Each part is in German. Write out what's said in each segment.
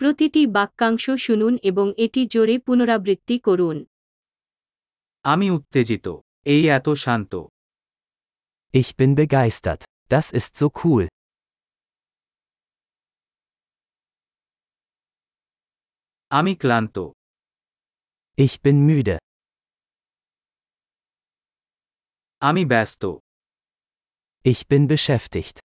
প্রতিটি বাক্যাংশ শুনুন এবং এটি জোরে পুনরাবৃত্তি করুন আমি উত্তেজিত এই এত শান্ত Ich bin begeistert. Das ist so cool. আমি ক্লান্ত Ich bin müde. আমি ব্যস্ত Ich bin beschäftigt.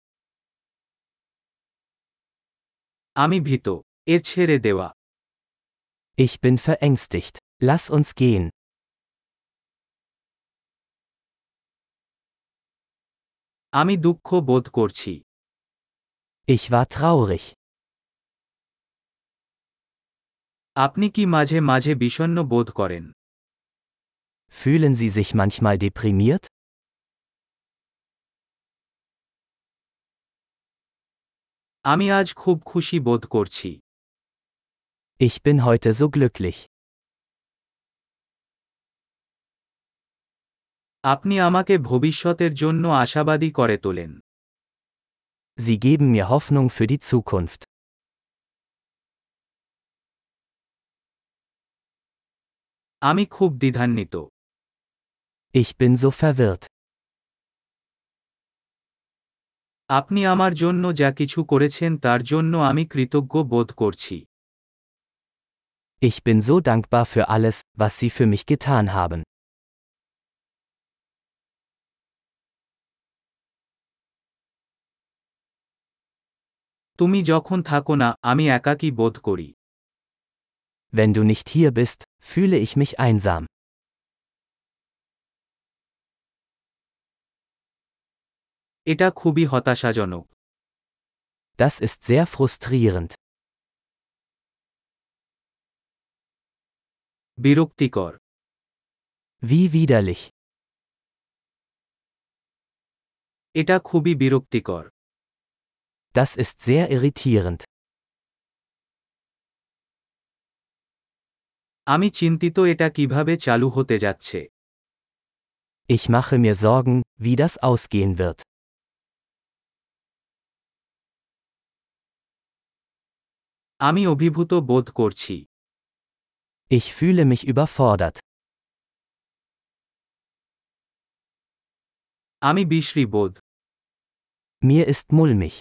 আমি ভীত এ ছেড়ে দেওয়া Ich bin verängstigt. Lass uns gehen. আমি দুঃখ বোধ করছি Ich war traurig. আপনি কি মাঝে মাঝে বিষণ্ণ বোধ করেন Fühlen Sie sich manchmal deprimiert? আমি আজ খুব খুশি বোধ করছি Ich bin heute so glücklich. আপনি আমাকে ভবিষ্যতের জন্য আশাবাদী করে তোলেন Sie geben mir Hoffnung für die Zukunft. আমি খুব দ্বিধান্বিত Ich bin so verwirrt. আপনি আমার জন্য যা কিছু করেছেন তার জন্য আমি কৃতজ্ঞ বোধ করছি Ich bin so dankbar für alles, was Sie für mich getan haben. তুমি যখন থাকো না আমি একাকী বোধ করি Wenn du nicht hier bist, fühle ich mich einsam. এটা খুবই হতাশাজনক Das ist sehr frustrierend. বিরক্তিকর Wie widerlich. এটা খুবই বিরক্তিকর Das ist sehr irritierend. আমি চিন্তিত এটা কিভাবে চালু হতে যাচ্ছে Ich mache mir Sorgen, wie das ausgehen wird. আমি অভিভূত বোধ করছি Ich fühle mich überfordert. আমি বিশ্রী বোধ Mir ist mulmig.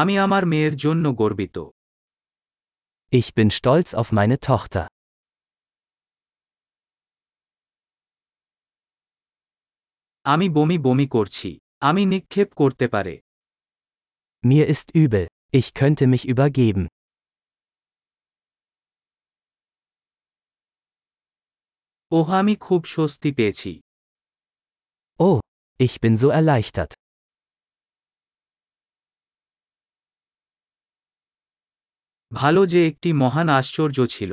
আমি আমার মেয়ের জন্য গর্বিত Ich bin stolz auf meine Tochter. আমি বমি বমি করছি আমি নিক্ষেপ করতে পারে Mir ist übel. Ich könnte mich übergeben. ওহ আমি খুব স্বস্তি পেয়েছি Oh, ich bin so erleichtert. ভালো যে একটি মহান আশ্চর্য ছিল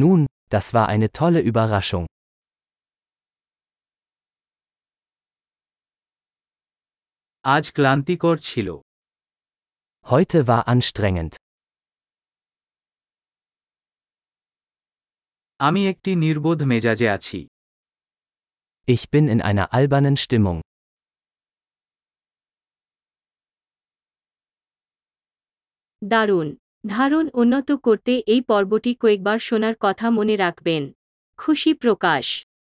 Nun, das war eine tolle Überraschung. আজ ক্লান্তিকর ছিল Heute war anstrengend. আমি একটি নির্বোধ মেজাজে আছি Ich bin in einer albernen Stimmung. দারুণ ধারণ উন্নত করতে এই পর্বটি কয়েকবার শোনার কথা মনে রাখবেন খুশি প্রকাশ